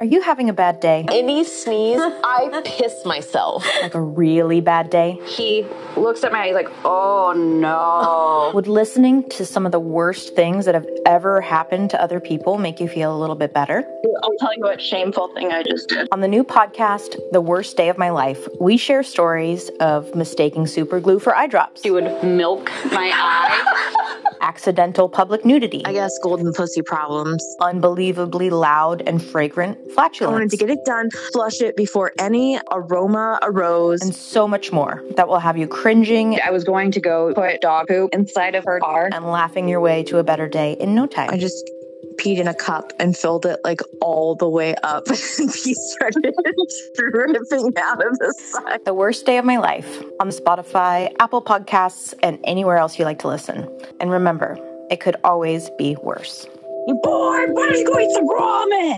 Are you having a bad day? Any sneeze, I piss myself. Like a really bad day? He looks at my he's like, oh no. Would listening to some of the worst things that have ever happened to other people make you feel a little bit better? I'll tell you what shameful thing I just did. On the new podcast, The Worst Day of My Life, we share stories of mistaking super glue for eye drops, He would milk my eye. accidental public nudity, I guess golden pussy problems. unbelievably loud and fragrant I wanted flatulence, to get it done, flush it before any aroma and arose. so much more that will have you cringing I was going to go put dog poop inside of her car. and laughing your way to a better day in no time. I just peed in a cup and filled it like all the way up. and he started dripping out of the side. The Worst Day of My Life on Spotify, Apple Podcasts, and anywhere else you like to listen. And remember, it could always be worse. You bored? Why don't you go eat some ramen?